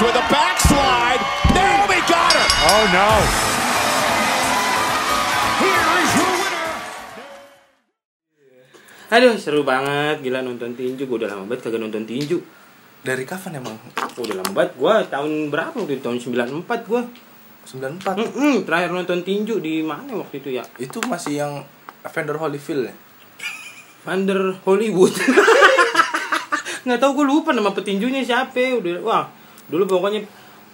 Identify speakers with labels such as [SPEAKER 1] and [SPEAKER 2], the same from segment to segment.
[SPEAKER 1] with a backslide. Naomi got her.
[SPEAKER 2] Oh no.
[SPEAKER 3] Aduh seru banget gila nonton tinju Gue udah lama banget kagak nonton tinju
[SPEAKER 4] Dari kapan emang?
[SPEAKER 3] Udah lama banget gue tahun berapa waktu itu tahun 94 gue
[SPEAKER 4] 94.
[SPEAKER 3] Mm-mm, Terakhir nonton tinju di mana waktu itu ya
[SPEAKER 4] Itu masih yang Vander Holyfield ya?
[SPEAKER 3] Under Hollywood nggak tahu gue lupa nama petinjunya siapa udah wah dulu pokoknya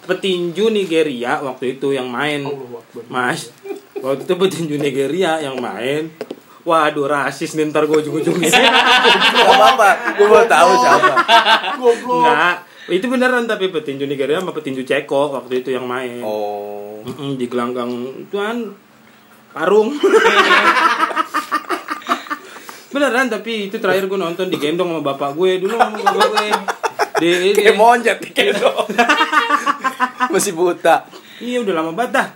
[SPEAKER 3] petinju Nigeria waktu itu yang main mas waktu itu petinju Nigeria yang main Waduh rasis nih ntar gue ujung-ujungnya
[SPEAKER 4] Gak apa-apa, gue mau tahu siapa.
[SPEAKER 3] Enggak Itu beneran tapi petinju Nigeria sama petinju Ceko waktu itu yang main
[SPEAKER 4] Oh,
[SPEAKER 3] Mm-mm, Di gelanggang Tuhan Karung Beneran tapi itu terakhir gue nonton digendong sama bapak gue Dulu sama bapak gue di, di-
[SPEAKER 4] kayak monjet kayak gitu. Masih buta.
[SPEAKER 3] Iya udah lama banget dah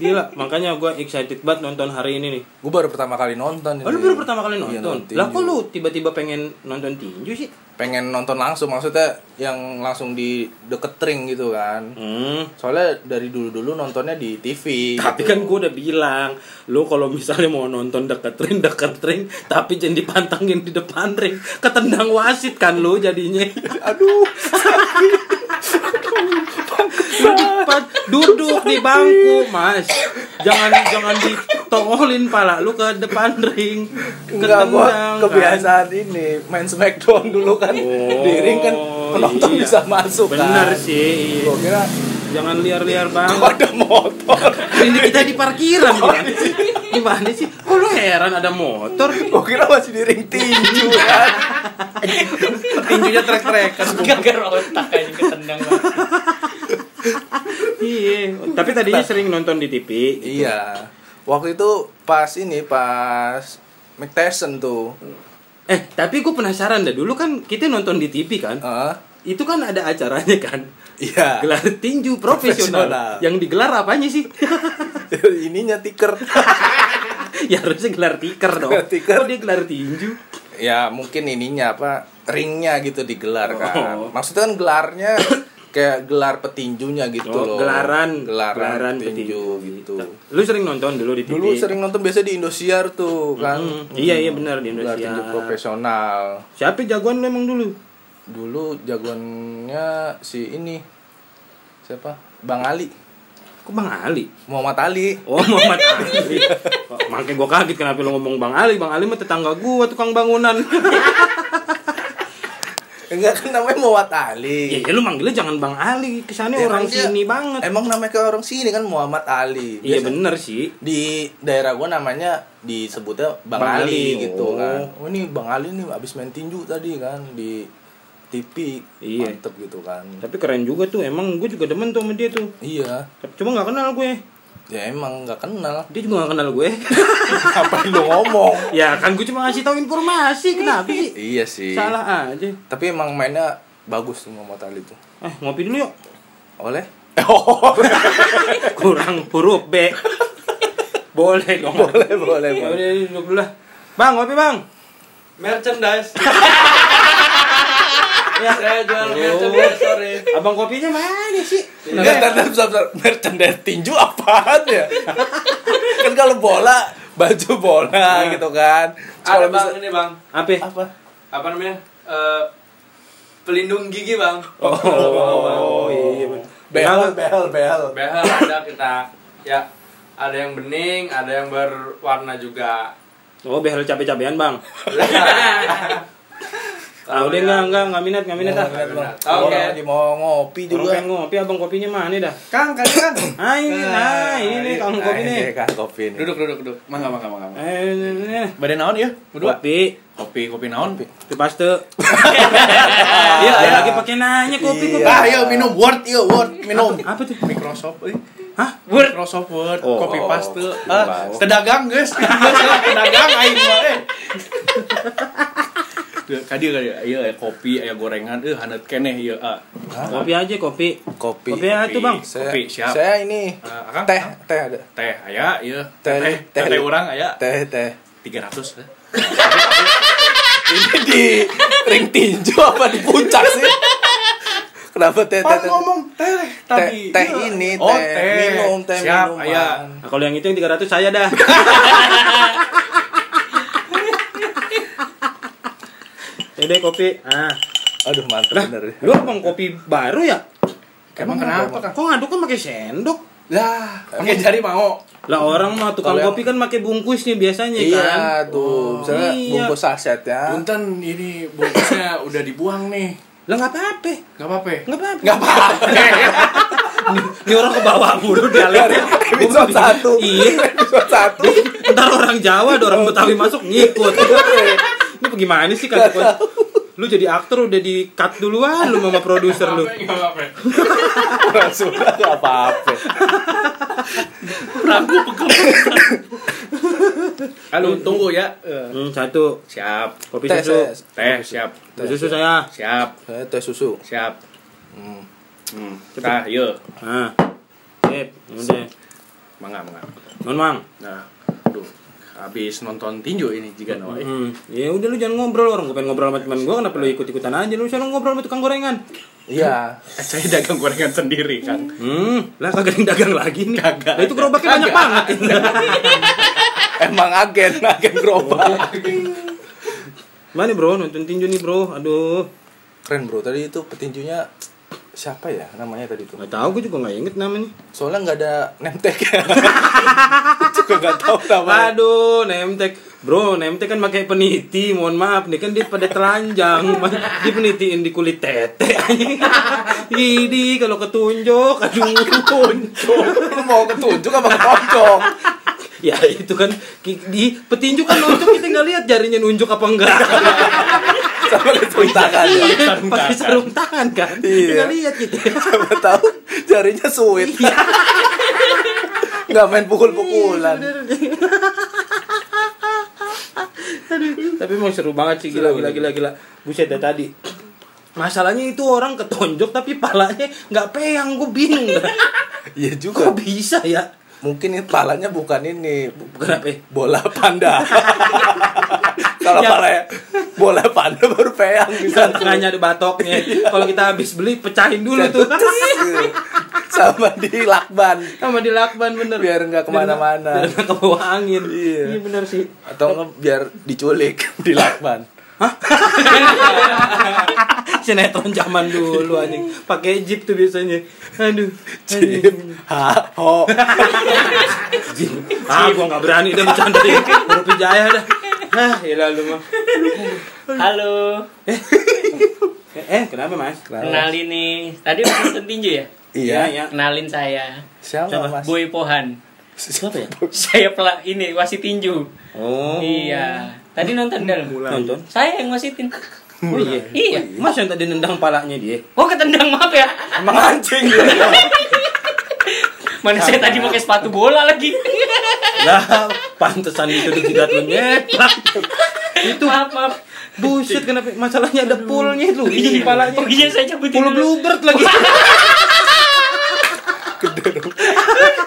[SPEAKER 3] Gila, makanya gue excited banget nonton hari ini nih
[SPEAKER 4] Gue baru pertama kali nonton.
[SPEAKER 3] Oh, lu
[SPEAKER 4] ini.
[SPEAKER 3] baru pertama kali
[SPEAKER 4] Iya,
[SPEAKER 3] nonton?
[SPEAKER 4] tinju.
[SPEAKER 3] lah kok lu tiba-tiba pengen nonton tinju sih?
[SPEAKER 4] pengen nonton langsung maksudnya yang langsung di deket ring gitu kan.
[SPEAKER 3] Hmm,
[SPEAKER 4] Soalnya dari dulu-dulu nontonnya di TV.
[SPEAKER 3] Tapi
[SPEAKER 4] gitu.
[SPEAKER 3] kan gue udah bilang, lu kalau misalnya mau nonton deket ring, deket ring, tapi jangan dipantangin di depan ring. Ketendang wasit kan lu jadinya.
[SPEAKER 4] aduh,
[SPEAKER 3] Lu dipan- duduk di bangku, Mas. Jangan jangan ditongolin pala lu ke depan ring.
[SPEAKER 4] enggak gua
[SPEAKER 3] Ketendang. kan.
[SPEAKER 4] kebiasaan ini main smackdown dulu kan.
[SPEAKER 3] Oh,
[SPEAKER 4] di ring kan penonton
[SPEAKER 3] iya.
[SPEAKER 4] bisa masuk
[SPEAKER 3] Bener
[SPEAKER 4] kan.
[SPEAKER 3] sih.
[SPEAKER 4] Gua kira
[SPEAKER 3] Jangan liar-liar banget.
[SPEAKER 4] ada motor.
[SPEAKER 3] Ini kita di parkiran. Bang. Gimana sih? Kok lu heran ada motor?
[SPEAKER 4] Gua kira masih di ring tinju kan. Tinjunya trek-trekan.
[SPEAKER 2] Gagar otak aja ketendang banget.
[SPEAKER 3] Iya. Tapi tadinya sering nonton di TV.
[SPEAKER 4] Iya. Waktu itu pas ini pas Mike Tyson tuh.
[SPEAKER 3] Eh, tapi gue penasaran dah. Dulu kan kita nonton di TV kan.
[SPEAKER 4] Heeh.
[SPEAKER 3] Itu kan ada acaranya kan.
[SPEAKER 4] Iya.
[SPEAKER 3] Gelar tinju profesional.
[SPEAKER 4] Profesional.
[SPEAKER 3] Yang digelar apanya sih?
[SPEAKER 4] Ininya tiker.
[SPEAKER 3] ya harusnya gelar tiker dong.
[SPEAKER 4] Gelar tiker.
[SPEAKER 3] Kok dia gelar tinju?
[SPEAKER 4] ya mungkin ininya apa ringnya gitu digelar kan.
[SPEAKER 3] Oh.
[SPEAKER 4] Maksudnya kan gelarnya kayak gelar petinjunya gitu
[SPEAKER 3] Oh,
[SPEAKER 4] loh.
[SPEAKER 3] gelaran,
[SPEAKER 4] gelaran, petinju gitu.
[SPEAKER 3] Lu sering nonton dulu di TV?
[SPEAKER 4] Dulu sering nonton biasa di Indosiar tuh kan.
[SPEAKER 3] Hmm, iya, iya, benar, di
[SPEAKER 4] Gelar
[SPEAKER 3] Indosiar.
[SPEAKER 4] tinju profesional.
[SPEAKER 3] Siapa jagoan lu emang dulu?
[SPEAKER 4] Dulu jagoannya si ini siapa? Bang Ali.
[SPEAKER 3] Kok Bang Ali?
[SPEAKER 4] Muhammad Ali.
[SPEAKER 3] Oh Muhammad Ali Oh, Makanya gue kaget kenapa lu ngomong Bang Ali Bang Ali mah tetangga gue tukang bangunan
[SPEAKER 4] Enggak kan namanya Muhammad Ali.
[SPEAKER 3] Ya, ya lu manggilnya jangan Bang Ali Kesannya
[SPEAKER 4] Iya. Emang
[SPEAKER 3] orang
[SPEAKER 4] dia-
[SPEAKER 3] sini banget
[SPEAKER 4] Emang namanya kayak orang sini kan Muhammad Ali.
[SPEAKER 3] Iya
[SPEAKER 4] Biasa-
[SPEAKER 3] bener sih
[SPEAKER 4] Di daerah gua namanya disebutnya Bang,
[SPEAKER 3] Bang
[SPEAKER 4] Ali,
[SPEAKER 3] Ali, oh.
[SPEAKER 4] gitu kan. Oh ini Bang Ali nih abis main tinju tadi kan di TV.
[SPEAKER 3] Iya.
[SPEAKER 4] Mantep gitu kan.
[SPEAKER 3] Tapi keren juga tuh, emang gue juga demen tuh sama dia tuh
[SPEAKER 4] Iya.
[SPEAKER 3] Tapi cuma gak kenal gue
[SPEAKER 4] Ya emang nggak kenal.
[SPEAKER 3] Dia juga gak kenal gue
[SPEAKER 4] Apa lu ngomong?
[SPEAKER 3] Ya kan gue cuma ngasih tahu informasi, kenapa sih?
[SPEAKER 4] iya sih.
[SPEAKER 3] Salah aja
[SPEAKER 4] Tapi emang mainnya bagus tuh Muhammad Ali tuh.
[SPEAKER 3] Eh ngopi dulu yuk
[SPEAKER 4] Oleh Oh,
[SPEAKER 3] Kurang huruf B Boleh dong
[SPEAKER 4] boleh boleh
[SPEAKER 3] Ya
[SPEAKER 4] boleh.
[SPEAKER 3] udah duduk dulu lah Bang ngopi bang
[SPEAKER 2] Merchandise.
[SPEAKER 3] Ya.
[SPEAKER 2] Saya jual
[SPEAKER 3] Oh.
[SPEAKER 2] merchandise sore.
[SPEAKER 3] Abang kopinya mana sih? Iya.
[SPEAKER 4] Enggak, entar, entar, bentar, bentar. merchandise tinju apaan ya? kan kalau bola, baju bola gitu kan.
[SPEAKER 2] Ada
[SPEAKER 4] Kalau
[SPEAKER 2] bang
[SPEAKER 4] bisa
[SPEAKER 2] ini bang.
[SPEAKER 3] Apa?
[SPEAKER 4] apa?
[SPEAKER 2] Apa namanya? Eh, pelindung gigi bang.
[SPEAKER 3] Oh, iya.
[SPEAKER 4] Behel, behel, behel.
[SPEAKER 2] Behel ada kita. Ya. Ada yang bening, ada yang berwarna juga.
[SPEAKER 3] Oh, behel cabe-cabean, Bang. Ah,
[SPEAKER 2] Kalau
[SPEAKER 3] udah
[SPEAKER 2] yang-
[SPEAKER 3] enggak, enggak, enggak minat, enggak minat dah.
[SPEAKER 4] Oke.
[SPEAKER 2] Oke.
[SPEAKER 4] Lagi mau ngopi
[SPEAKER 3] Orang
[SPEAKER 4] juga.
[SPEAKER 3] pengen ngopi, Abang kopinya mana dah?
[SPEAKER 5] Kang, kang, kang.
[SPEAKER 3] Ah, ini, nah, ini
[SPEAKER 2] iya.
[SPEAKER 3] kang
[SPEAKER 2] Ah,
[SPEAKER 3] kopi nih.
[SPEAKER 4] Nah, ini, kopi nih.
[SPEAKER 5] Duduk, duduk, duduk. Mangga, mangga, mangga. mangga.
[SPEAKER 3] Eh, ini, ini.
[SPEAKER 5] Badan naon ya? Berdua.
[SPEAKER 3] Kopi,
[SPEAKER 5] Kopi, kopi naon.
[SPEAKER 3] itu paste. Iya, ada lagi pakai nanya kopi, kopi.
[SPEAKER 4] Iya.
[SPEAKER 5] Ah, yuk minum word, yuk word, minum.
[SPEAKER 3] Apa tuh?
[SPEAKER 5] Microsoft, eh.
[SPEAKER 3] Hah?
[SPEAKER 5] Word. Microsoft Word,
[SPEAKER 3] Oh.
[SPEAKER 5] kopi paste.
[SPEAKER 4] Wow.
[SPEAKER 5] Ah, sedagang guys, sedagang aing mah eh. Duh, Kadi kadi, iya eh, kopi, ayah gorengan, eh hanet keneh iya. Ah,
[SPEAKER 3] Kopi aja, kopi.
[SPEAKER 4] Kopi.
[SPEAKER 3] Kopi aja tuh, Bang. Nah,
[SPEAKER 4] Saya,
[SPEAKER 5] Kopi, siap.
[SPEAKER 4] Saya
[SPEAKER 5] Eh,
[SPEAKER 4] ini
[SPEAKER 5] Akang?
[SPEAKER 4] teh, teh ada.
[SPEAKER 5] teh ayah, iya.
[SPEAKER 4] Teh,
[SPEAKER 5] Teh,
[SPEAKER 4] teh.
[SPEAKER 5] teh, teh orang ayah.
[SPEAKER 4] Teh, teh.
[SPEAKER 5] Tiga ratus. eh.
[SPEAKER 4] Ini di ring tinju apa di puncak sih? Kenapa teh, teh,
[SPEAKER 5] Pan
[SPEAKER 4] teh?
[SPEAKER 5] ngomong teh
[SPEAKER 4] teh,
[SPEAKER 5] tadi.
[SPEAKER 4] teh
[SPEAKER 5] Iya.
[SPEAKER 4] ini,
[SPEAKER 5] Oh,
[SPEAKER 4] teh, minum, teh
[SPEAKER 5] Siap,
[SPEAKER 4] minuman.
[SPEAKER 5] aya.
[SPEAKER 3] Nah, kalau yang itu yang 300 saya dah. Yaudah kopi. Ah,
[SPEAKER 4] Aduh mantap
[SPEAKER 3] lah,
[SPEAKER 4] bener.
[SPEAKER 3] lu abang kopi baru ya?
[SPEAKER 5] Emang kenapa, Kang?
[SPEAKER 3] Kok ngaduknya pakai sendok?
[SPEAKER 4] Lah,
[SPEAKER 5] Pakai jari mau.
[SPEAKER 3] Lah orang mah tukang
[SPEAKER 4] Kalau yang-
[SPEAKER 3] kopi kan pakai bungkus nih biasanya kan.
[SPEAKER 4] iya tuh, misalnya
[SPEAKER 3] iya.
[SPEAKER 4] bungkus saset ya.
[SPEAKER 5] Punten ini bungkusnya udah dibuang nih.
[SPEAKER 3] Lah nggak apa-apa.
[SPEAKER 5] Gak apa-apa.
[SPEAKER 3] Nggak apa-apa.
[SPEAKER 4] Enggak apa-apa.
[SPEAKER 3] Ini orang ke bawah mulu dalam.
[SPEAKER 4] Episode satu.
[SPEAKER 3] Iya.
[SPEAKER 4] Episode satu.
[SPEAKER 3] Ntar orang Jawa ada orang Betawi masuk ngikut. Ini gimana sih kan? Lu jadi aktor udah di cut duluan lu sama produser lu.
[SPEAKER 2] Gak apa-apa.
[SPEAKER 4] Langsung enggak apa-apa.
[SPEAKER 5] Halo, tunggu ya.
[SPEAKER 3] Hmm, satu
[SPEAKER 5] Siap.
[SPEAKER 3] kopi
[SPEAKER 4] Tes,
[SPEAKER 3] susu.
[SPEAKER 4] tes.
[SPEAKER 5] Teh, siap.
[SPEAKER 3] Kopi susu saya.
[SPEAKER 5] Siap.
[SPEAKER 4] Saya Eh, teh susu.
[SPEAKER 5] Siap.
[SPEAKER 4] Hmm.
[SPEAKER 5] Hmm. Tah, yuk.
[SPEAKER 3] Nah. Sip, udah.
[SPEAKER 5] Mangga, mangga.
[SPEAKER 3] Nun Mang.
[SPEAKER 5] Nah, aduh. Habis nonton tinju ini jika eh. nawai.
[SPEAKER 3] Hmm. Ya udah lu jangan ngobrol orang gua pengen ngobrol sama teman gua kenapa lu ikut-ikutan aja lu selalu ngobrol sama tukang gorengan.
[SPEAKER 4] Iya.
[SPEAKER 5] Eh, Saya dagang gorengan sendiri, kan. Kang.
[SPEAKER 3] Hmm, lah kagak ada yang dagang lagi nih.
[SPEAKER 5] Kagak
[SPEAKER 3] Lah itu
[SPEAKER 5] ada.
[SPEAKER 3] gerobaknya banyak
[SPEAKER 5] Kagak
[SPEAKER 3] banget.
[SPEAKER 4] Emang agen, agen gerobak.
[SPEAKER 3] Mana bro nonton tinju nih bro. Aduh.
[SPEAKER 4] Keren bro, tadi itu petinjunya siapa ya namanya tadi tuh?
[SPEAKER 3] Gak tahu gua juga gak inget namanya.
[SPEAKER 4] Soalnya nggak ada name tag Juga nggak tahu namanya.
[SPEAKER 3] Waduh, nemtek. Bro, nemtek kan pakai peniti. Mohon maaf nih kan dia pada telanjang. dia penitiin di kulit tete. Idi kalau ketunjuk, aduh ketunjuk.
[SPEAKER 4] Lu mau ketunjuk apa ketonjok?
[SPEAKER 3] ya itu kan ki- di petinju kan nunjuk kita nggak lihat jarinya nunjuk apa enggak. Iya,
[SPEAKER 4] Sama ketuntakan ya.
[SPEAKER 3] Pakai sarung tangan kan.
[SPEAKER 4] Iya.
[SPEAKER 3] Kita nggak lihat gitu.
[SPEAKER 4] Siapa tahu jarinya suit. Nggak main pukul-pukulan.
[SPEAKER 3] Tapi emang seru banget sih gila gila gila gila. Buset dah tadi. Masalahnya itu orang ketonjok tapi palanya nggak peyang gue bingung. dah.
[SPEAKER 4] Iya
[SPEAKER 3] Kok
[SPEAKER 4] juga.
[SPEAKER 3] bisa ya?
[SPEAKER 4] Mungkin ini palanya bukan ini, bu-
[SPEAKER 3] Bukan apa ya?
[SPEAKER 4] bola panda. Kalau
[SPEAKER 3] Ya.
[SPEAKER 4] palanya bola panda baru peyang bisa.
[SPEAKER 3] Kan tengahnya ada batoknya. Kalau kita habis beli pecahin dulu tuh.
[SPEAKER 4] kan? Sama di lakban.
[SPEAKER 3] Sama di lakban bener.
[SPEAKER 4] Biar nggak
[SPEAKER 3] Biar
[SPEAKER 4] kemana-mana.
[SPEAKER 3] nggak ke bawah angin.
[SPEAKER 4] Iya.
[SPEAKER 3] bener sih.
[SPEAKER 4] Atau nggak biar diculik di lakban.
[SPEAKER 3] Sinetron zaman dulu anjing. Pakai jeep tuh biasanya. Aduh. aduh.
[SPEAKER 4] Jim, ha, ho.
[SPEAKER 3] Ah, gua nggak berani udah bercandain. Baru pijaya dah. Hah, gila lu mah.
[SPEAKER 6] Halo,
[SPEAKER 3] Eh, eh, kenapa, Mas?
[SPEAKER 6] kenalin nih. Tadi udah nonton tinju ya?
[SPEAKER 4] Iya,
[SPEAKER 3] iya.
[SPEAKER 6] Kenalin saya,
[SPEAKER 4] siapa mas?
[SPEAKER 6] Boy Pohan.
[SPEAKER 3] Siapa ya?
[SPEAKER 6] Saya pela ini wasit tinju.
[SPEAKER 3] Oh.
[SPEAKER 6] Iya. Tadi nonton dal.
[SPEAKER 3] Nonton.
[SPEAKER 6] Saya yang wasitin.
[SPEAKER 3] Oh iya.
[SPEAKER 6] Iya.
[SPEAKER 3] Mas yang tadi nendang palanya dia.
[SPEAKER 6] Oh ketendang maaf ya.
[SPEAKER 4] Emang anjing ya?
[SPEAKER 6] Mana saya tadi pakai sepatu bola lagi.
[SPEAKER 3] Lah, pantesan itu dijidat lu nyeplak.
[SPEAKER 6] Itu maaf maaf.
[SPEAKER 3] Buset kenapa masalahnya ada poolnya lu ini kepalanya.
[SPEAKER 6] Oh iya saya cabutin.
[SPEAKER 3] Pul
[SPEAKER 6] dulu.
[SPEAKER 3] bluebird lagi.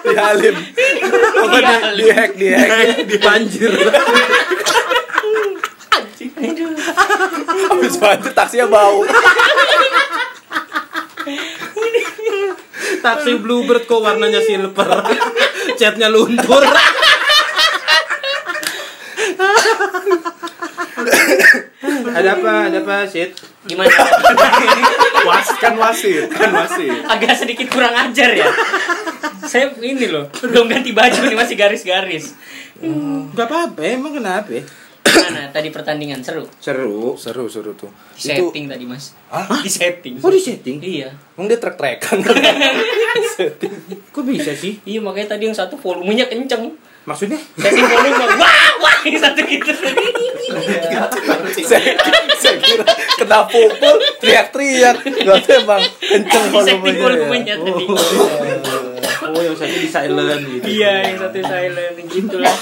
[SPEAKER 4] Di Halim. Apa di, di hack, di hack.
[SPEAKER 3] di banjir.
[SPEAKER 6] Aduh.
[SPEAKER 4] Habis banjir taksinya bau.
[SPEAKER 3] Taksi bluebird kok warnanya silver. Catnya luntur. ada apa? Ada apa, Sid?
[SPEAKER 6] Gimana?
[SPEAKER 5] Was kan wasit, kan wasit.
[SPEAKER 6] Agak sedikit kurang ajar ya. Saya ini loh, belum ganti baju nih masih garis-garis.
[SPEAKER 3] Gak apa-apa, emang kenapa?
[SPEAKER 6] Gimana tadi pertandingan seru?
[SPEAKER 3] Seru.
[SPEAKER 4] Seru, seru tuh.
[SPEAKER 6] Di
[SPEAKER 4] Itu,
[SPEAKER 6] setting tadi mas.
[SPEAKER 4] Hah?
[SPEAKER 6] Di setting.
[SPEAKER 3] Kok di setting?
[SPEAKER 6] Iya.
[SPEAKER 4] emang dia trek-trekan.
[SPEAKER 3] Kok bisa sih?
[SPEAKER 6] Iya makanya tadi yang satu volumenya kenceng.
[SPEAKER 3] Maksudnya?
[SPEAKER 6] Setting volume. Wah, wah ini satu gitu.
[SPEAKER 4] saya, saya kira kena pukul, teriak-teriak. Gak tuh emang kenceng
[SPEAKER 6] Di setting
[SPEAKER 4] volumenya. ya.
[SPEAKER 6] volumenya tadi.
[SPEAKER 3] Oh, yang satu di silent gitu.
[SPEAKER 6] Iya, yang satu silent gitu lah.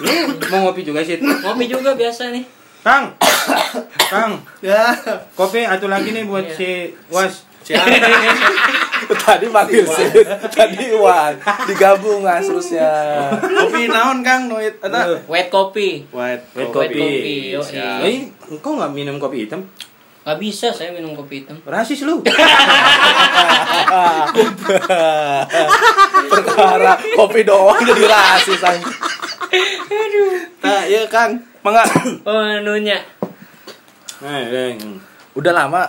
[SPEAKER 3] Lu mau ngopi juga, Sid?
[SPEAKER 6] Ngopi juga biasa nih.
[SPEAKER 3] Kang. Kang. Kopi satu lagi nih buat
[SPEAKER 6] Iya.
[SPEAKER 3] si Was.
[SPEAKER 4] Tadi manggil Sid, tadi Iwan. Digabung lah seterusnya.
[SPEAKER 5] Kopi naon, Kang? Noit
[SPEAKER 3] Eh,
[SPEAKER 5] ada
[SPEAKER 6] Wet kopi.
[SPEAKER 5] White
[SPEAKER 3] White
[SPEAKER 6] Wet
[SPEAKER 3] Kopi.
[SPEAKER 6] kopi. yoi.
[SPEAKER 3] eh, engkau nggak minum kopi hitam?
[SPEAKER 6] Gak bisa saya minum kopi hitam.
[SPEAKER 3] Rasis lu.
[SPEAKER 4] Perkara kopi doang jadi rasis anjing. Nah, iya Kang. Mangga.
[SPEAKER 6] Oh, nunya.
[SPEAKER 3] Nah, Deng.
[SPEAKER 4] Udah lama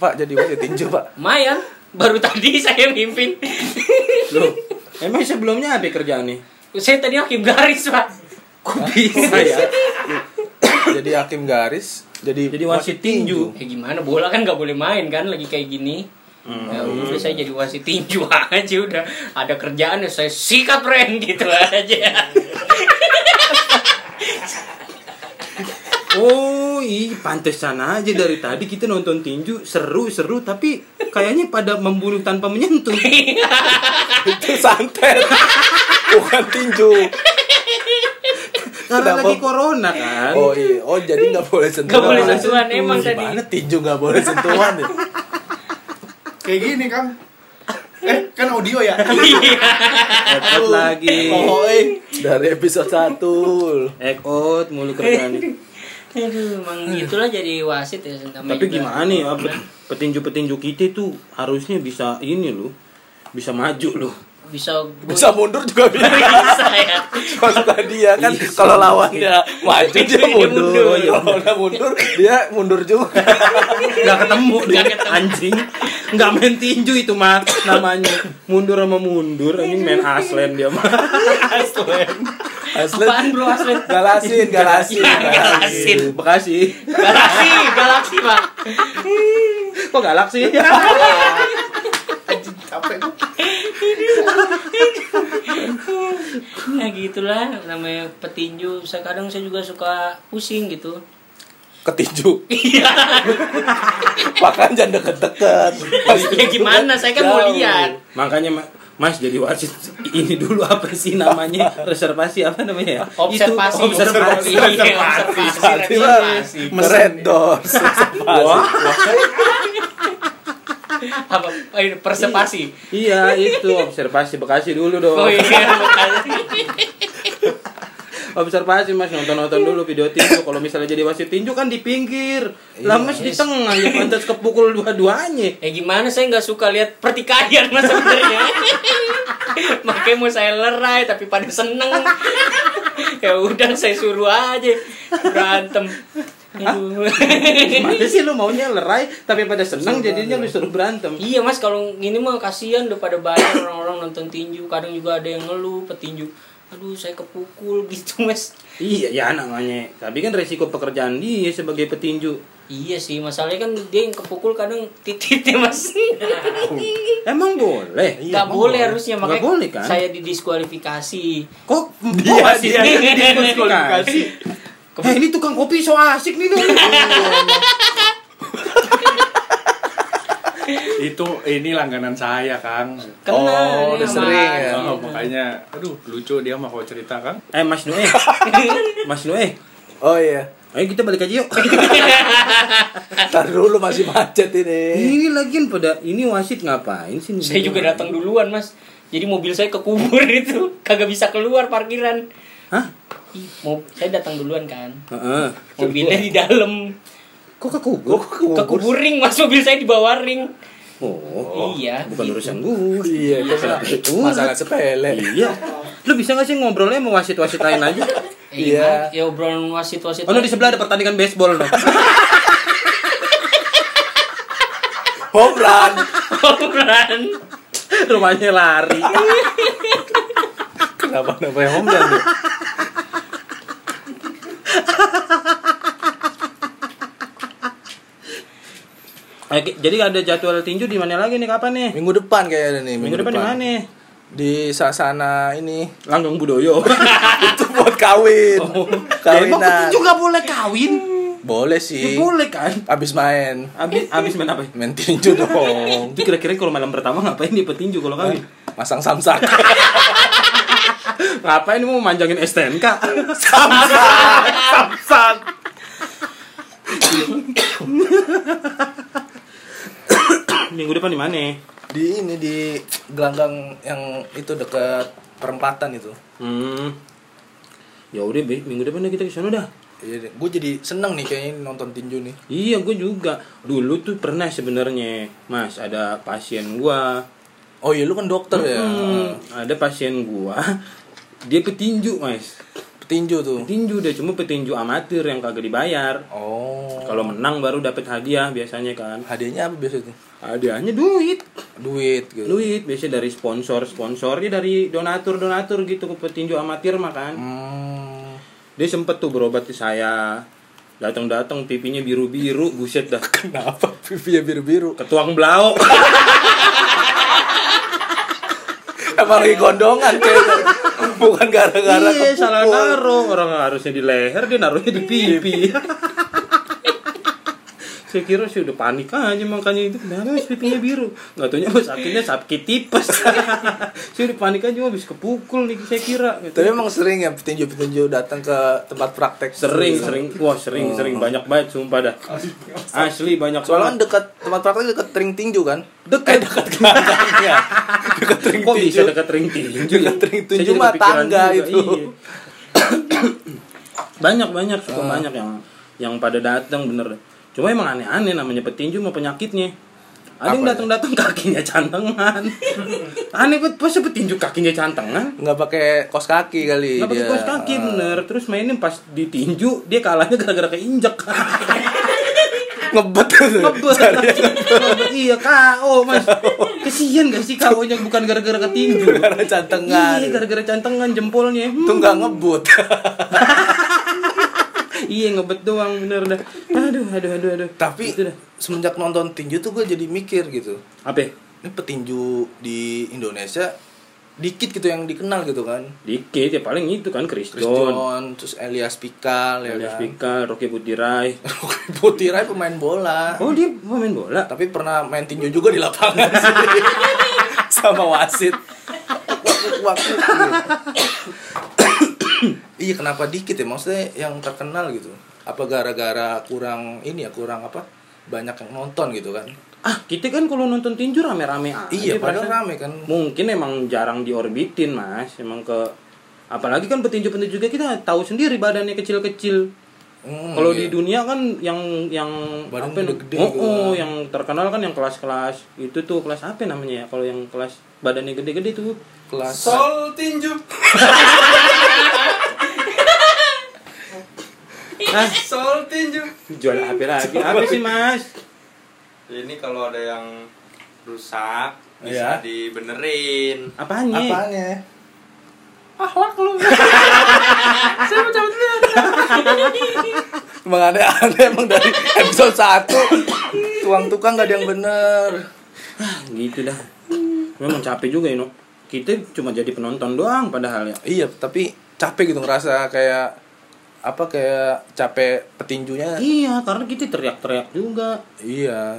[SPEAKER 4] Pak jadi wasit tinju, Pak.
[SPEAKER 6] Mayan. Baru tadi saya mimpin.
[SPEAKER 3] Lu. Emang sebelumnya ada kerjaan nih?
[SPEAKER 6] saya tadi hakim garis, Pak.
[SPEAKER 4] Kopi
[SPEAKER 3] Saya.
[SPEAKER 4] jadi hakim garis, jadi
[SPEAKER 3] Jadi wasit tinju.
[SPEAKER 6] Ya gimana bola kan nggak boleh main kan lagi kayak gini. Ya udah saya jadi wasit tinju aja udah. Ada kerjaan ya saya sikat Ren gitu aja.
[SPEAKER 3] Oh, iya pantesan aja dari tadi kita nonton tinju seru-seru tapi kayaknya pada membunuh tanpa menyentuh.
[SPEAKER 4] Itu santet. Bukan tinju.
[SPEAKER 3] Karena
[SPEAKER 4] Kenapa?
[SPEAKER 3] lagi corona kan.
[SPEAKER 4] Oh iya, oh jadi nggak boleh sentuhan.
[SPEAKER 6] Nggak boleh sentuhan, emang
[SPEAKER 4] Gimana tinju nggak boleh sentuhan ya?
[SPEAKER 7] Kayak gini, Kang. Eh, kan audio ya?
[SPEAKER 3] Ekot lagi.
[SPEAKER 4] Oh, eh. dari episode 1
[SPEAKER 3] Ekot mulu kerjaan.
[SPEAKER 6] Aduh, emang
[SPEAKER 4] Iya.
[SPEAKER 6] gitulah jadi wasit ya namanya
[SPEAKER 3] tapi
[SPEAKER 6] juga.
[SPEAKER 3] gimana nih apa- petinju-petinju kita tuh harusnya bisa ini loh. Bisa maju loh.
[SPEAKER 6] Bisa gua-
[SPEAKER 4] Bisa mundur juga bisa.
[SPEAKER 6] bisa ya.
[SPEAKER 4] Maksud tadi ya kan kalau lawannya maju dia
[SPEAKER 6] Dia
[SPEAKER 3] Iya,
[SPEAKER 4] mundur.
[SPEAKER 6] Iya,
[SPEAKER 3] Oh,
[SPEAKER 6] mundur.
[SPEAKER 4] Kalau udah mundur dia mundur juga.
[SPEAKER 3] Nggak ketemu dia
[SPEAKER 6] Nggak ketemu.
[SPEAKER 3] anjing. Nggak main tinju itu mah namanya. Mundur sama mundur anjing main aslen dia mah.
[SPEAKER 4] Asli
[SPEAKER 6] Apaan bro asli?
[SPEAKER 4] galasin, galasin,
[SPEAKER 6] Iya,
[SPEAKER 4] galasin.
[SPEAKER 6] galasin.
[SPEAKER 3] Bekasi.
[SPEAKER 6] Galaksi, galaksi pak.
[SPEAKER 3] Kok galak sih?
[SPEAKER 7] Capek gua.
[SPEAKER 6] Ya gitulah namanya petinju. Saya kadang saya juga suka pusing gitu.
[SPEAKER 4] Ketinju.
[SPEAKER 6] Iya.
[SPEAKER 4] Makan jangan deket-deket.
[SPEAKER 6] Ya gimana? Saya kan mau
[SPEAKER 4] Jauh.
[SPEAKER 6] lihat.
[SPEAKER 3] Makanya Ma- Mas jadi wasit ini dulu apa sih namanya reservasi apa namanya ya?
[SPEAKER 6] Observasi,
[SPEAKER 3] Itu observasi.
[SPEAKER 6] observasi, observasi,
[SPEAKER 4] Pasti
[SPEAKER 6] observasi.
[SPEAKER 4] meret dos.
[SPEAKER 6] Apa? eh, Persepasi.
[SPEAKER 3] Iya itu observasi Bekasi dulu dong.
[SPEAKER 6] Oh iya, makanya.
[SPEAKER 3] Oh, Observasi Mas nonton-nonton dulu video tinju. Kalau misalnya jadi wasit tinju kan di pinggir. Lah Mas di tengah ya pantas kepukul dua-duanya.
[SPEAKER 6] Ya gimana saya nggak suka lihat pertikaian mas sebenarnya. Makanya mau saya lerai tapi pada seneng. ya udah saya suruh aja berantem. Aduh.
[SPEAKER 3] Gimana sih lu maunya lerai tapi pada senang jadinya lu suruh berantem.
[SPEAKER 6] iya mas kalau gini mah kasihan udah pada banyak orang-orang nonton tinju kadang juga ada yang ngeluh petinju aduh saya kepukul gitu mas
[SPEAKER 3] Iya ya namanya. Tapi kan resiko pekerjaan dia sebagai petinju.
[SPEAKER 6] iya sih masalahnya kan dia yang kepukul kadang titiknya mas
[SPEAKER 3] Iya, Emang boleh.
[SPEAKER 6] nggak boleh harusnya
[SPEAKER 3] Nggak
[SPEAKER 6] makanya
[SPEAKER 3] boleh, kan?
[SPEAKER 6] saya didiskualifikasi
[SPEAKER 3] Kok dia
[SPEAKER 6] Wasit nih.
[SPEAKER 3] dikualifikasi. Eh ini tukang kopi so asik nih dong.
[SPEAKER 5] Itu ini langganan saya, Kang.
[SPEAKER 6] Kena
[SPEAKER 4] Oh,
[SPEAKER 6] nih
[SPEAKER 4] udah
[SPEAKER 6] sama-
[SPEAKER 4] sering
[SPEAKER 3] Iya,
[SPEAKER 4] ya.
[SPEAKER 5] Oh, makanya aduh lucu dia mah kalau cerita, Kang.
[SPEAKER 3] eh Mas Noe. Mas Noe.
[SPEAKER 4] Oh iya.
[SPEAKER 3] Ayo kita balik aja yuk.
[SPEAKER 4] Ntar dulu masih macet ini.
[SPEAKER 3] ini lagian pada ini wasit ngapain sih? nih?
[SPEAKER 6] Saya juga datang duluan, Mas. Jadi mobil saya kekubur itu, kagak bisa keluar parkiran.
[SPEAKER 3] Hah?
[SPEAKER 6] Ih, Mau saya datang duluan kan.
[SPEAKER 3] Heeh.
[SPEAKER 6] Mobilnya di dalam.
[SPEAKER 3] Kok kekubur?
[SPEAKER 6] Kekuburing, Mas. Mobil saya di bawah ring.
[SPEAKER 3] Oh,
[SPEAKER 6] Iya,
[SPEAKER 3] Bukan
[SPEAKER 6] gitu.
[SPEAKER 3] urusan gua.
[SPEAKER 4] Iya, itu
[SPEAKER 3] Masalah itu.
[SPEAKER 4] masalah sepele.
[SPEAKER 3] Iya. Lu bisa gak sih ngobrolnya sama wasit-wasit lain aja?
[SPEAKER 6] Eh,
[SPEAKER 4] Iya.
[SPEAKER 6] gimana? Ya obrolan wasit-wasit.
[SPEAKER 3] Oh, no, di sebelah ada pertandingan baseball no.
[SPEAKER 4] Homerun.
[SPEAKER 6] Obrolan.
[SPEAKER 3] Rumahnya lari.
[SPEAKER 4] Kenapa namanya homerun? Bu?
[SPEAKER 3] Oke, jadi ada jadwal tinju di mana lagi nih kapan nih?
[SPEAKER 4] Minggu depan kayaknya nih.
[SPEAKER 3] Minggu depan di mana? nih?
[SPEAKER 4] Di sasana ini
[SPEAKER 3] Langgang Budoyo.
[SPEAKER 4] itu buat kawin.
[SPEAKER 3] Emang
[SPEAKER 4] Kawinan.
[SPEAKER 3] juga boleh kawin? Ya,
[SPEAKER 4] Boleh sih.
[SPEAKER 3] boleh kan?
[SPEAKER 4] Abis main.
[SPEAKER 3] Abis abis main apa?
[SPEAKER 4] Main tinju dong.
[SPEAKER 3] Itu kira-kira kalau malam pertama ngapain di petinju kalau kawin?
[SPEAKER 4] Iya. Masang samsak.
[SPEAKER 3] ngapain mau manjangin STNK?
[SPEAKER 4] Samsak. Samsak.
[SPEAKER 3] Minggu depan di mana?
[SPEAKER 4] Di ini di gelanggang yang itu dekat perempatan itu.
[SPEAKER 3] Hmm. Ya udah, Be. minggu depan kita ke sana dah.
[SPEAKER 4] Iya, gue jadi seneng nih kayaknya nonton tinju nih.
[SPEAKER 3] Iya, gue juga. Dulu tuh pernah sebenarnya, Mas, ada pasien gua.
[SPEAKER 4] Oh iya, lu kan dokter ya.
[SPEAKER 3] Hmm, ada pasien gua. Dia petinju, Mas.
[SPEAKER 4] Petinju tuh.
[SPEAKER 3] Petinju dia cuma petinju amatir yang kagak dibayar.
[SPEAKER 4] Oh.
[SPEAKER 3] Kalau menang baru dapat hadiah biasanya kan.
[SPEAKER 4] Hadiahnya apa biasa tuh?
[SPEAKER 3] Hadiahnya duit.
[SPEAKER 4] Duit gitu.
[SPEAKER 3] Duit biasanya dari sponsor, sponsornya dari donatur-donatur gitu ke petinju amatir makan.
[SPEAKER 4] Hmm.
[SPEAKER 3] Dia sempet tuh berobat ke saya. Datang-datang pipinya biru-biru, buset dah.
[SPEAKER 4] Kenapa pipinya biru-biru?
[SPEAKER 3] Ketuang blau.
[SPEAKER 4] Emang lagi gondongan kayaknya. Bukan gara-gara
[SPEAKER 3] Iya, salah
[SPEAKER 4] kepukul. Iya.
[SPEAKER 3] naruh. Orang harusnya di leher, dia naruhnya di pipi. Saya kira sih udah panik aja makanya itu kenapa sih pipinya biru. Nggak taunya mas sakitnya sakit tipes. saya udah panik aja habis kepukul nih saya kira. gitu.
[SPEAKER 4] Tapi emang sering ya petinju-petinju datang ke tempat praktek.
[SPEAKER 3] Sering, sering, wah sering, sering banyak banget sumpah dah. Asli banyak
[SPEAKER 4] Oh. Soalnya kan
[SPEAKER 3] banget.
[SPEAKER 4] dekat tempat praktek dekat ring tinju kan?
[SPEAKER 3] Dekat.
[SPEAKER 4] Eh, dekat tangganya. dekat ring
[SPEAKER 3] Kok bisa
[SPEAKER 4] tinju.
[SPEAKER 3] Iya. dekat ring tinju? ya?
[SPEAKER 4] Dekat ring
[SPEAKER 3] Saya
[SPEAKER 4] tinju
[SPEAKER 3] jadi
[SPEAKER 4] mah
[SPEAKER 3] kepikiran
[SPEAKER 4] tangga
[SPEAKER 3] juga,
[SPEAKER 4] itu.
[SPEAKER 3] iya. banyak banyak suka
[SPEAKER 4] Ah.
[SPEAKER 3] banyak yang yang pada datang bener cuma emang aneh-aneh namanya petinju mau penyakitnya ada yang
[SPEAKER 4] Apa
[SPEAKER 3] datang-datang kakinya cantengan aneh banget pas petinju kakinya cantengan
[SPEAKER 4] Nggak pakai kos kaki kali
[SPEAKER 3] nggak pakai
[SPEAKER 4] dia.
[SPEAKER 3] kaos kaki bener terus mainin pas ditinju dia kalahnya gara-gara keinjek
[SPEAKER 4] Ngebet gitu.
[SPEAKER 3] Ngebet.
[SPEAKER 4] Seharian
[SPEAKER 3] Ngebet, iya KO mas kesian gak sih KO nya bukan gara-gara ketinju
[SPEAKER 4] Gara-gara cantengan.
[SPEAKER 3] iya gara-gara cantengan jempolnya Hmm.
[SPEAKER 4] Itu nggak ngebut.
[SPEAKER 3] iya ngebet doang bener dah aduh aduh aduh aduh
[SPEAKER 4] Tapi
[SPEAKER 3] Itu dah.
[SPEAKER 4] semenjak nonton tinju tuh gue jadi mikir gitu.
[SPEAKER 3] apa ya?
[SPEAKER 4] Ini petinju di Indonesia dikit gitu yang dikenal gitu kan.
[SPEAKER 3] Dikit ya paling itu kan Chris,
[SPEAKER 4] Chris
[SPEAKER 3] John,
[SPEAKER 4] John, terus Elias Pikal ya
[SPEAKER 3] Elias
[SPEAKER 4] kan.
[SPEAKER 3] Pikal, Rocky Butirai.
[SPEAKER 4] Putih Rai pemain bola.
[SPEAKER 3] Oh dia mau main bola?
[SPEAKER 4] Tapi pernah main tinju juga di lapangan sih. Sama wasit. Waktu Iya kenapa dikit ya maksudnya yang terkenal gitu. Apa gara-gara kurang ini ya kurang apa? Banyak yang nonton gitu kan.
[SPEAKER 3] Ah kita kan kalau nonton tinju rame-rame aja.
[SPEAKER 4] Iya padahal
[SPEAKER 3] perasaan.
[SPEAKER 4] rame kan.
[SPEAKER 3] Mungkin emang jarang diorbitin mas, emang ke apalagi kan petinju-petinju juga kita tahu sendiri badannya kecil-kecil.
[SPEAKER 4] Hmm,
[SPEAKER 3] kalau
[SPEAKER 4] iya.
[SPEAKER 3] di dunia kan yang yang
[SPEAKER 4] Badan
[SPEAKER 3] apa
[SPEAKER 4] gede-gede
[SPEAKER 3] oh,
[SPEAKER 4] gitu
[SPEAKER 3] oh,
[SPEAKER 4] kan.
[SPEAKER 3] yang terkenal kan yang kelas-kelas itu tuh kelas apa namanya ya? Kalau yang kelas badannya gede-gede tuh
[SPEAKER 4] kelas
[SPEAKER 2] Sol tinju.
[SPEAKER 3] Hah?
[SPEAKER 2] Sol tinju.
[SPEAKER 3] jual apa lagi? Apa sih mas?
[SPEAKER 2] Ini kalau ada yang rusak
[SPEAKER 4] Iya.
[SPEAKER 2] bisa dibenerin.
[SPEAKER 3] Apanya?
[SPEAKER 4] apanya? Ahlak lu. Saya mau Emang aneh-aneh emang dari episode 1 Tuang tukang gak ada yang bener
[SPEAKER 3] gitu dah memang capek juga ya Nok. kita cuma jadi penonton doang padahal ya
[SPEAKER 4] Iya, tapi capek gitu ngerasa kayak apa kayak capek petinjunya.
[SPEAKER 3] iya karena kita teriak-teriak juga
[SPEAKER 4] Iya.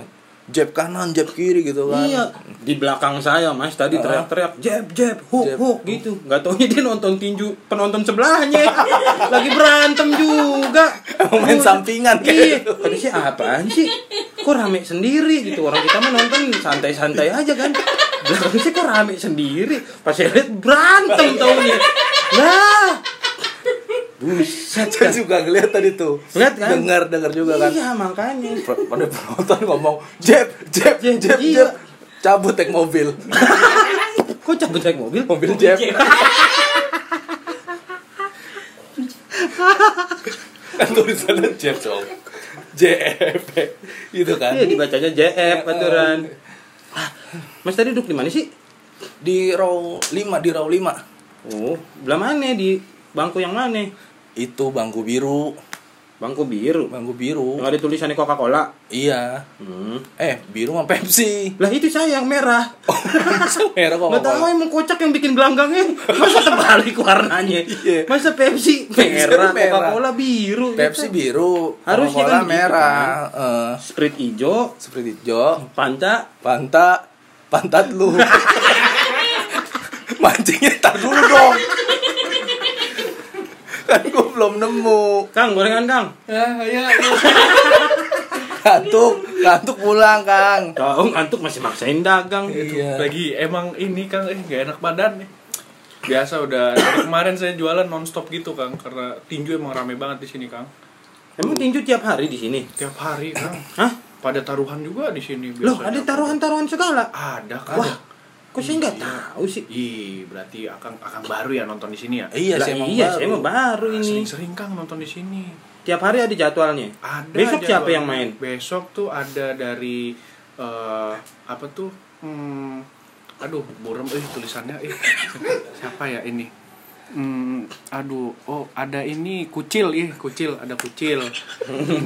[SPEAKER 4] Jab kanan, jab kiri gitu kan.
[SPEAKER 3] iya di belakang saya mas tadi
[SPEAKER 4] Ah.
[SPEAKER 3] teriak-teriak jab jab hook
[SPEAKER 4] Jab,
[SPEAKER 3] hook gitu nggak taunya dia nonton tinju penonton sebelahnya lagi berantem juga
[SPEAKER 4] Emang main sampingan kayak
[SPEAKER 3] iya
[SPEAKER 4] gitu.
[SPEAKER 3] kata sih apaan sih kok rame sendiri gitu orang kita mah nonton santai-santai aja kan belakang sih kok rame sendiri pas saya lihat berantem taunya lah buset
[SPEAKER 4] Saya
[SPEAKER 3] dah.
[SPEAKER 4] juga ngeliat tadi tuh.
[SPEAKER 3] Ngeliat kan?
[SPEAKER 4] Dengar, dengar juga kan.
[SPEAKER 3] Iya makanya.
[SPEAKER 4] Per- Pada penonton ngomong jab, jab,
[SPEAKER 3] Jab,
[SPEAKER 4] jab, jab.
[SPEAKER 3] iya.
[SPEAKER 4] Cabut naik mobil.
[SPEAKER 3] Kok cabut naik mobil?
[SPEAKER 4] Mobil jab. kan tulisannya jab dong. JF gitu kan.
[SPEAKER 3] Iya dibacanya JF aturan. Ah, Mas tadi duduk di mana sih?
[SPEAKER 4] Di row 5, di row 5.
[SPEAKER 3] Oh, belah mana di bangku yang mana?
[SPEAKER 4] itu bangku biru
[SPEAKER 3] Bangku biru.
[SPEAKER 4] bangku biru
[SPEAKER 3] Yang ada tulisannya Coca-Cola.
[SPEAKER 4] iya
[SPEAKER 3] Hmm.
[SPEAKER 4] eh biru sama Pepsi
[SPEAKER 3] Lah itu saya yang merah.
[SPEAKER 4] Masa merah kok
[SPEAKER 3] Nggak tahu emang kocak yang bikin gelanggangnya. Masa terbalik warnanya?
[SPEAKER 4] Iya.
[SPEAKER 3] Masa Pepsi
[SPEAKER 4] Pepsi
[SPEAKER 3] merah,
[SPEAKER 4] merah.
[SPEAKER 3] Coca-Cola biru. gitu.
[SPEAKER 4] Pepsi biru
[SPEAKER 3] Harusnya
[SPEAKER 4] Coca-Cola
[SPEAKER 3] kan gitu,
[SPEAKER 4] merah Eh,
[SPEAKER 3] Sprite hijau,
[SPEAKER 4] seperti hijau
[SPEAKER 3] Fanta.
[SPEAKER 4] panta pantat lu mancingnya tar dulu dong kan gua belum nemu
[SPEAKER 3] Kang, gorengan Kang.
[SPEAKER 4] ngantuk ngantuk pulang kang
[SPEAKER 3] Tahu ngantuk masih maksain dagang.
[SPEAKER 4] iya
[SPEAKER 5] Lagi emang ini Kang eh gak enak badan nih. Biasa udah dari kemarin saya jualan nonstop gitu Kang karena tinju emang rame banget di sini Kang.
[SPEAKER 3] Emang tinju tiap hari di sini?
[SPEAKER 8] tiap hari kan
[SPEAKER 3] Hah?
[SPEAKER 8] pada taruhan juga di sini biasanya
[SPEAKER 3] Loh, ada taruhan-taruhan segala.
[SPEAKER 8] ada kan
[SPEAKER 3] Wah, kok
[SPEAKER 5] Iya.
[SPEAKER 3] saya
[SPEAKER 4] Iya.
[SPEAKER 3] nggak tahu sih?
[SPEAKER 8] Ih, berarti akang akang baru ya nonton di sini ya?
[SPEAKER 4] Iya
[SPEAKER 3] Lah,
[SPEAKER 4] sih emang
[SPEAKER 3] iya,
[SPEAKER 4] baru.
[SPEAKER 3] saya emang baru ini.
[SPEAKER 8] Sering-sering Kang nonton di sini.
[SPEAKER 3] Tiap hari ada jadwalnya.
[SPEAKER 8] Ada.
[SPEAKER 3] Besok
[SPEAKER 8] aja
[SPEAKER 3] siapa
[SPEAKER 8] kalau-
[SPEAKER 3] yang main?
[SPEAKER 8] Besok tuh ada dari eh, apa tuh? Hmm, aduh, burem eh tulisannya eh. Siapa ya ini? Hmm, aduh, oh ada ini kucil ih, kucil, ada kucil.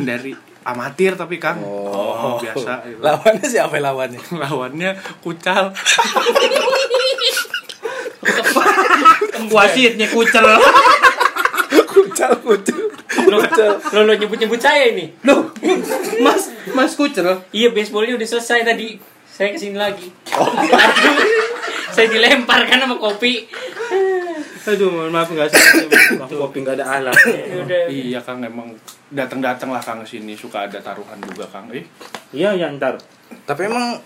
[SPEAKER 8] dari amatir tapi Kang. Oh, biasa gitu.
[SPEAKER 4] Lawannya siapa lawannya?
[SPEAKER 8] Lawannya kucal.
[SPEAKER 6] Wasitnya kucel.
[SPEAKER 4] kucal kucal.
[SPEAKER 6] Lo, lo, lo nyebut-nyebut saya ini.
[SPEAKER 3] Loh, Mas Mas Kucel.
[SPEAKER 6] Iya, baseballnya udah selesai tadi. Saya kesini lagi. Aduh, saya dilemparkan sama kopi.
[SPEAKER 3] Aduh, mohon maaf nggak sengaja. Aku kopi nggak ada alat.
[SPEAKER 6] Ya Udah.
[SPEAKER 8] Iya Kang emang datang-datang lah Kang ke sini suka ada taruhan juga Kang. Eh,
[SPEAKER 3] Iya, ya ntar.
[SPEAKER 4] Tapi emang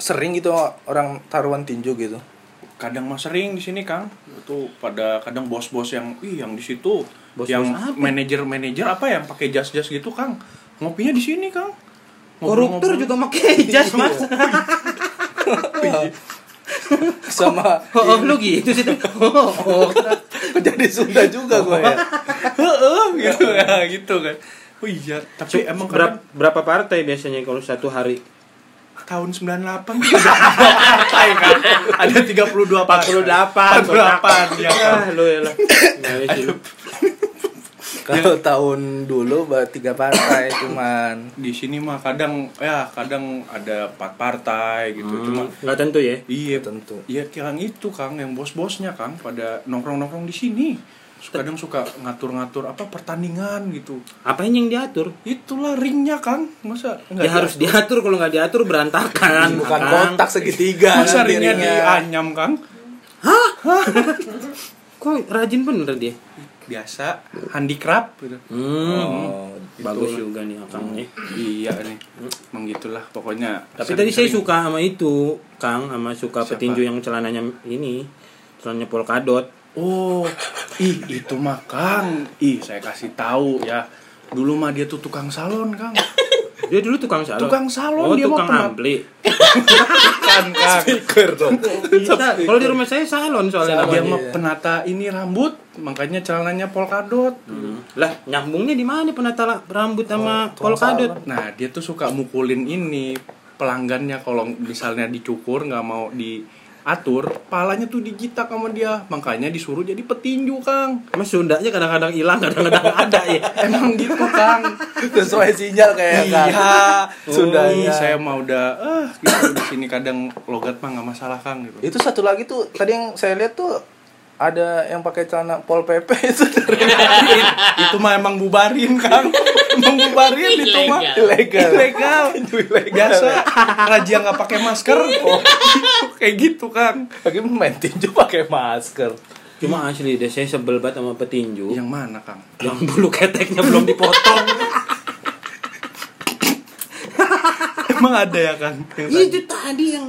[SPEAKER 4] sering gitu orang taruhan tinju gitu.
[SPEAKER 8] kadang mah sering di sini Kang. Itu pada kadang bos-bos yang ih yang di situ
[SPEAKER 3] Bos-bos
[SPEAKER 8] yang
[SPEAKER 3] apa? ya?
[SPEAKER 8] manajer-manajer apa ya? yang pakai jas-jas gitu Kang. Ngopinya di sini Kang.
[SPEAKER 3] Koruptor juga pakai
[SPEAKER 8] Iya.
[SPEAKER 3] jas, Mas.
[SPEAKER 4] Sama
[SPEAKER 3] Oh, oh, lu gitu sih. Oh, oh.
[SPEAKER 4] jadi Sunda juga gue ya.
[SPEAKER 8] Heeh, gitu ya, gitu kan. Oh iya, tapi emang
[SPEAKER 3] Berapa,
[SPEAKER 8] kadang
[SPEAKER 3] berapa partai biasanya kalau satu hari?
[SPEAKER 8] tahun 98 gitu udah partai kan. Ada 32 partai.
[SPEAKER 3] 48.
[SPEAKER 8] 48 ya Kang.
[SPEAKER 3] Ah, lu ya lah. Nggak ada sih, lu.
[SPEAKER 4] Kalau tahun dulu bah, tiga partai cuman.
[SPEAKER 8] Di sini mah kadang ya kadang ada empat partai gitu cuma
[SPEAKER 3] Nggak tentu ya.
[SPEAKER 8] Iya
[SPEAKER 4] Tentu.
[SPEAKER 8] Iya Kang itu Kang yang bos-bosnya Kang pada nongkrong-nongkrong di sini. Suka- Kadang suka ngatur-ngatur apa pertandingan gitu.
[SPEAKER 3] Apain yang diatur?
[SPEAKER 8] Itulah ringnya Kang. Masa nggak
[SPEAKER 3] Ya harus diatur kalau nggak diatur berantakan.
[SPEAKER 4] Bukan
[SPEAKER 3] Akang.
[SPEAKER 4] kotak segitiga.
[SPEAKER 8] Masa
[SPEAKER 4] nanti
[SPEAKER 8] ringnya
[SPEAKER 4] ringnya.
[SPEAKER 8] dianyam Kang?
[SPEAKER 3] Kok rajin bener dia?
[SPEAKER 8] Biasa handicraft gitu.
[SPEAKER 3] Hmm.
[SPEAKER 4] Oh,
[SPEAKER 3] bagus juga nih Akang nih.
[SPEAKER 8] iya nih. Emang gitulah pokoknya.
[SPEAKER 3] Tapi tadi saya
[SPEAKER 8] sering-sering.
[SPEAKER 3] suka sama itu, Kang, sama suka
[SPEAKER 8] Siapa?
[SPEAKER 3] petinju yang celananya ini, celananya polkadot.
[SPEAKER 8] Oh, ih itu mah Kang. Ih saya kasih tahu ya. Dulu mah dia tuh tukang salon Kang.
[SPEAKER 3] Dia dulu tukang salon.
[SPEAKER 8] Tukang
[SPEAKER 3] oh,
[SPEAKER 8] salon, dia mah
[SPEAKER 3] tukang
[SPEAKER 8] pernah-
[SPEAKER 3] ampli.
[SPEAKER 8] Kan Kang.
[SPEAKER 3] Bisa. Iya. Kalau di rumah saya salon iya. soalnya
[SPEAKER 8] Dia
[SPEAKER 3] namanya.
[SPEAKER 8] mah penata ini rambut, makanya celananya polkadot.
[SPEAKER 3] Lah, nyambungnya di mana penata la- rambut sama polkadot?
[SPEAKER 8] Oh, Nah, dia tuh suka mukulin ini pelanggannya kalau misalnya dicukur nggak mau diatur, palanya tuh digitak sama dia. Makanya disuruh jadi petinju, Kang.
[SPEAKER 3] Mas Sundanya kadang-kadang hilang, kadang-kadang ada ya.
[SPEAKER 8] Emang gitu, Kang.
[SPEAKER 4] sesuai sinyal kayak kan.
[SPEAKER 8] iya,
[SPEAKER 4] Sudah
[SPEAKER 8] Ih, saya mau udah ah gitu di sini kadang logat mah nggak masalah, Kang gitu.
[SPEAKER 4] Itu satu lagi tuh tadi yang saya lihat tuh ada yang pakai celana pol PP itu
[SPEAKER 8] Iya, itu mah emang bubarin, Kang. Emang bubarin itu mah.
[SPEAKER 4] ilegal.
[SPEAKER 8] Ilegal. Biasa raja nggak pakai masker. Oh, gitu. kayak gitu, Kang.
[SPEAKER 4] Lagi main tinju pakai masker.
[SPEAKER 3] Cuma asli deh, saya sebel banget sama petinju.
[SPEAKER 8] Yang mana, Kang?
[SPEAKER 3] yang bulu keteknya belum dipotong.
[SPEAKER 8] Emang ada ya, Kang? Yang tadi?
[SPEAKER 3] Iya, itu tadi yang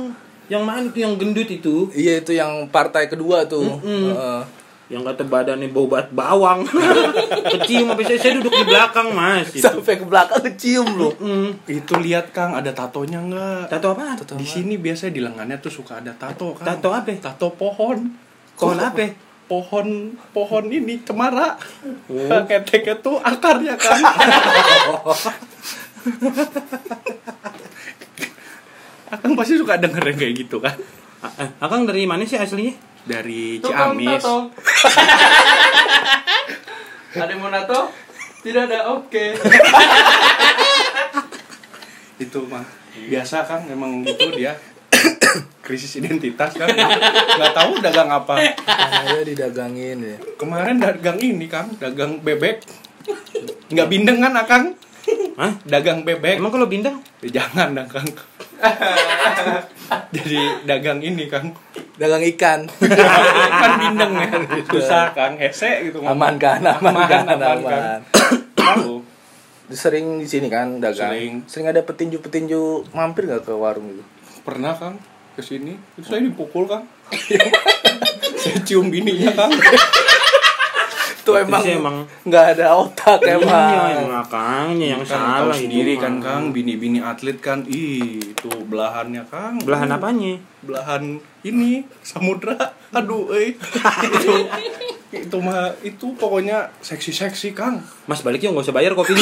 [SPEAKER 3] yang mana itu yang gendut itu,
[SPEAKER 4] Iya itu yang partai kedua tuh. Heeh.
[SPEAKER 3] yang kata badannya bau bat bawang. Kecium sampai saya, saya duduk di belakang, Mas. Itu.
[SPEAKER 4] Sampai ke belakang kecium lu.
[SPEAKER 3] Mm.
[SPEAKER 8] Itu lihat Kang ada tatonya nggak?
[SPEAKER 3] Tato apaan? Tato,
[SPEAKER 8] di sini biasanya di lengannya tuh suka ada tato Kang.
[SPEAKER 3] Tato apa?
[SPEAKER 8] Tato pohon.
[SPEAKER 3] Pohon apa?
[SPEAKER 8] Pohon pohon ini cemara. Oh. Keteknya tuh akarnya Kang. Akang pasti suka denger yang kayak gitu kan
[SPEAKER 3] A- eh, Akang dari mana sih aslinya?
[SPEAKER 8] dari
[SPEAKER 2] Tukang
[SPEAKER 8] Ciamis.
[SPEAKER 2] tato. ada yang mau nato? Tidak ada, oke.
[SPEAKER 8] itu mah biasa kan memang gitu dia krisis identitas kan nggak tahu dagang apa
[SPEAKER 4] Saya didagangin ya.
[SPEAKER 8] kemarin dagang ini kang dagang bebek nggak bindeng kan akang
[SPEAKER 3] Hah?
[SPEAKER 8] dagang bebek
[SPEAKER 3] Emang kalau bintang?
[SPEAKER 8] Ya, jangan dong kang jadi dagang ini kang
[SPEAKER 4] Dagang ikan.
[SPEAKER 8] kan bindeng ya susah kang hese gitu
[SPEAKER 4] Aman kan, aman, kan, aman.
[SPEAKER 8] Tahu.
[SPEAKER 4] Sering di sini kan dagang.
[SPEAKER 8] Sering.
[SPEAKER 4] ada petinju-petinju mampir nggak ke warung gitu.
[SPEAKER 8] pernah kang kesini terus saya dipukul kang saya cium bininya kang
[SPEAKER 4] itu emang
[SPEAKER 1] Aktrisnya emang-
[SPEAKER 4] nggak ada otak
[SPEAKER 1] Iya,
[SPEAKER 4] emang.
[SPEAKER 1] makanya yang
[SPEAKER 8] Kan tahu
[SPEAKER 1] salah itu
[SPEAKER 8] sendiri
[SPEAKER 1] mah.
[SPEAKER 8] kan Kang, bini-bini atlet kan. Ih, itu belahannya Kang.
[SPEAKER 1] Belahan apanya?
[SPEAKER 8] Belahan ini samudra. Aduh, eh. itu itu mah itu pokoknya seksi-seksi Kang.
[SPEAKER 1] Mas balik yuk, nggak usah bayar kopinya.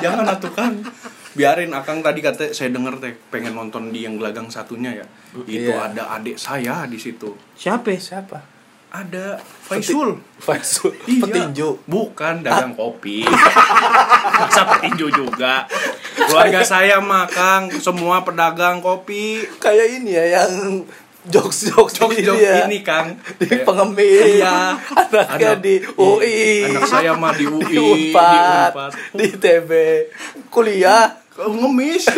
[SPEAKER 8] Jangan atuh Kang. Biarin Akang tadi kata saya denger teh pengen nonton di yang gelagang satunya ya.
[SPEAKER 1] Oh,
[SPEAKER 8] Itu
[SPEAKER 4] Iya.
[SPEAKER 8] ada adik saya di situ.
[SPEAKER 1] Siapa?
[SPEAKER 4] Siapa?
[SPEAKER 8] Ada Faisul.
[SPEAKER 4] Faisul,
[SPEAKER 8] Iya.
[SPEAKER 4] petinju.
[SPEAKER 8] Bukan dagang kopi. Masa petinju juga. Keluarga saya mah Kang, semua pedagang kopi.
[SPEAKER 4] Kayak ini ya yang jokes-jokes
[SPEAKER 8] Jok-jok
[SPEAKER 4] ini ya.
[SPEAKER 8] ini Kang.
[SPEAKER 4] di
[SPEAKER 8] Kayak,
[SPEAKER 4] pengemis
[SPEAKER 8] Iya.
[SPEAKER 4] anaknya
[SPEAKER 8] Anak- iya.
[SPEAKER 4] di UI
[SPEAKER 8] Anak saya mah di UI,
[SPEAKER 4] di Unpad
[SPEAKER 8] Unpad.
[SPEAKER 4] di TB kuliah
[SPEAKER 8] Kok Ngemis.